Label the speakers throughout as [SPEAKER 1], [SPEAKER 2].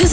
[SPEAKER 1] this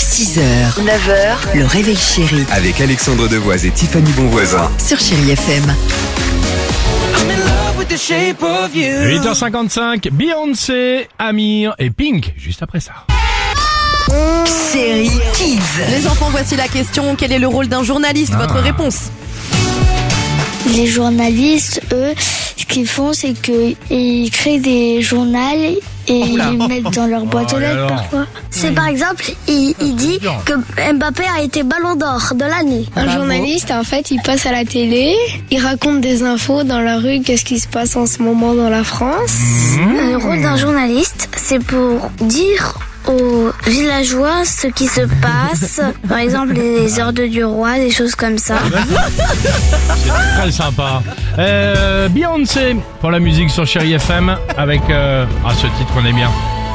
[SPEAKER 2] 6h, 9h, le réveil chéri
[SPEAKER 3] avec Alexandre Devoise et Tiffany Bonvoisin.
[SPEAKER 2] sur Chérie FM.
[SPEAKER 4] 8h55, Beyoncé, Amir et Pink, juste après ça.
[SPEAKER 2] Série Kids.
[SPEAKER 5] Les enfants, voici la question. Quel est le rôle d'un journaliste Votre réponse.
[SPEAKER 6] Les journalistes, eux, ce qu'ils font, c'est qu'ils créent des journaux et ils les mettent dans leur boîte
[SPEAKER 4] Oh
[SPEAKER 6] aux
[SPEAKER 4] là là. Hmm.
[SPEAKER 6] lettres parfois. C'est par exemple, il, il dit
[SPEAKER 4] dur.
[SPEAKER 6] que Mbappé a été ballon d'or de l'année.
[SPEAKER 7] Un journaliste, en fait, il passe à la télé, il raconte des infos dans la rue, qu'est-ce qui se passe en ce moment dans la France.
[SPEAKER 4] Hmm.
[SPEAKER 6] Le rôle d'un journaliste, c'est pour dire aux villageois ce qui se passe, par exemple les ordres du roi, des choses comme ça.
[SPEAKER 4] Très sympa. Euh, Beyoncé pour la musique sur Chérie FM avec euh, ah ce titre qu'on aime bien.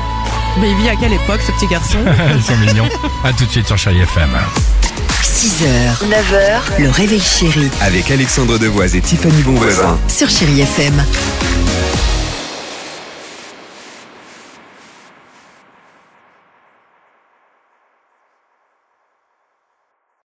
[SPEAKER 5] Mais il vit à quelle époque ce petit garçon
[SPEAKER 4] Ils sont mignons. À tout de suite sur Chérie FM.
[SPEAKER 2] 6h, 9h, le réveil chéri
[SPEAKER 3] Avec Alexandre Devoise et Tiffany Bonvoisin.
[SPEAKER 2] sur Chérie FM.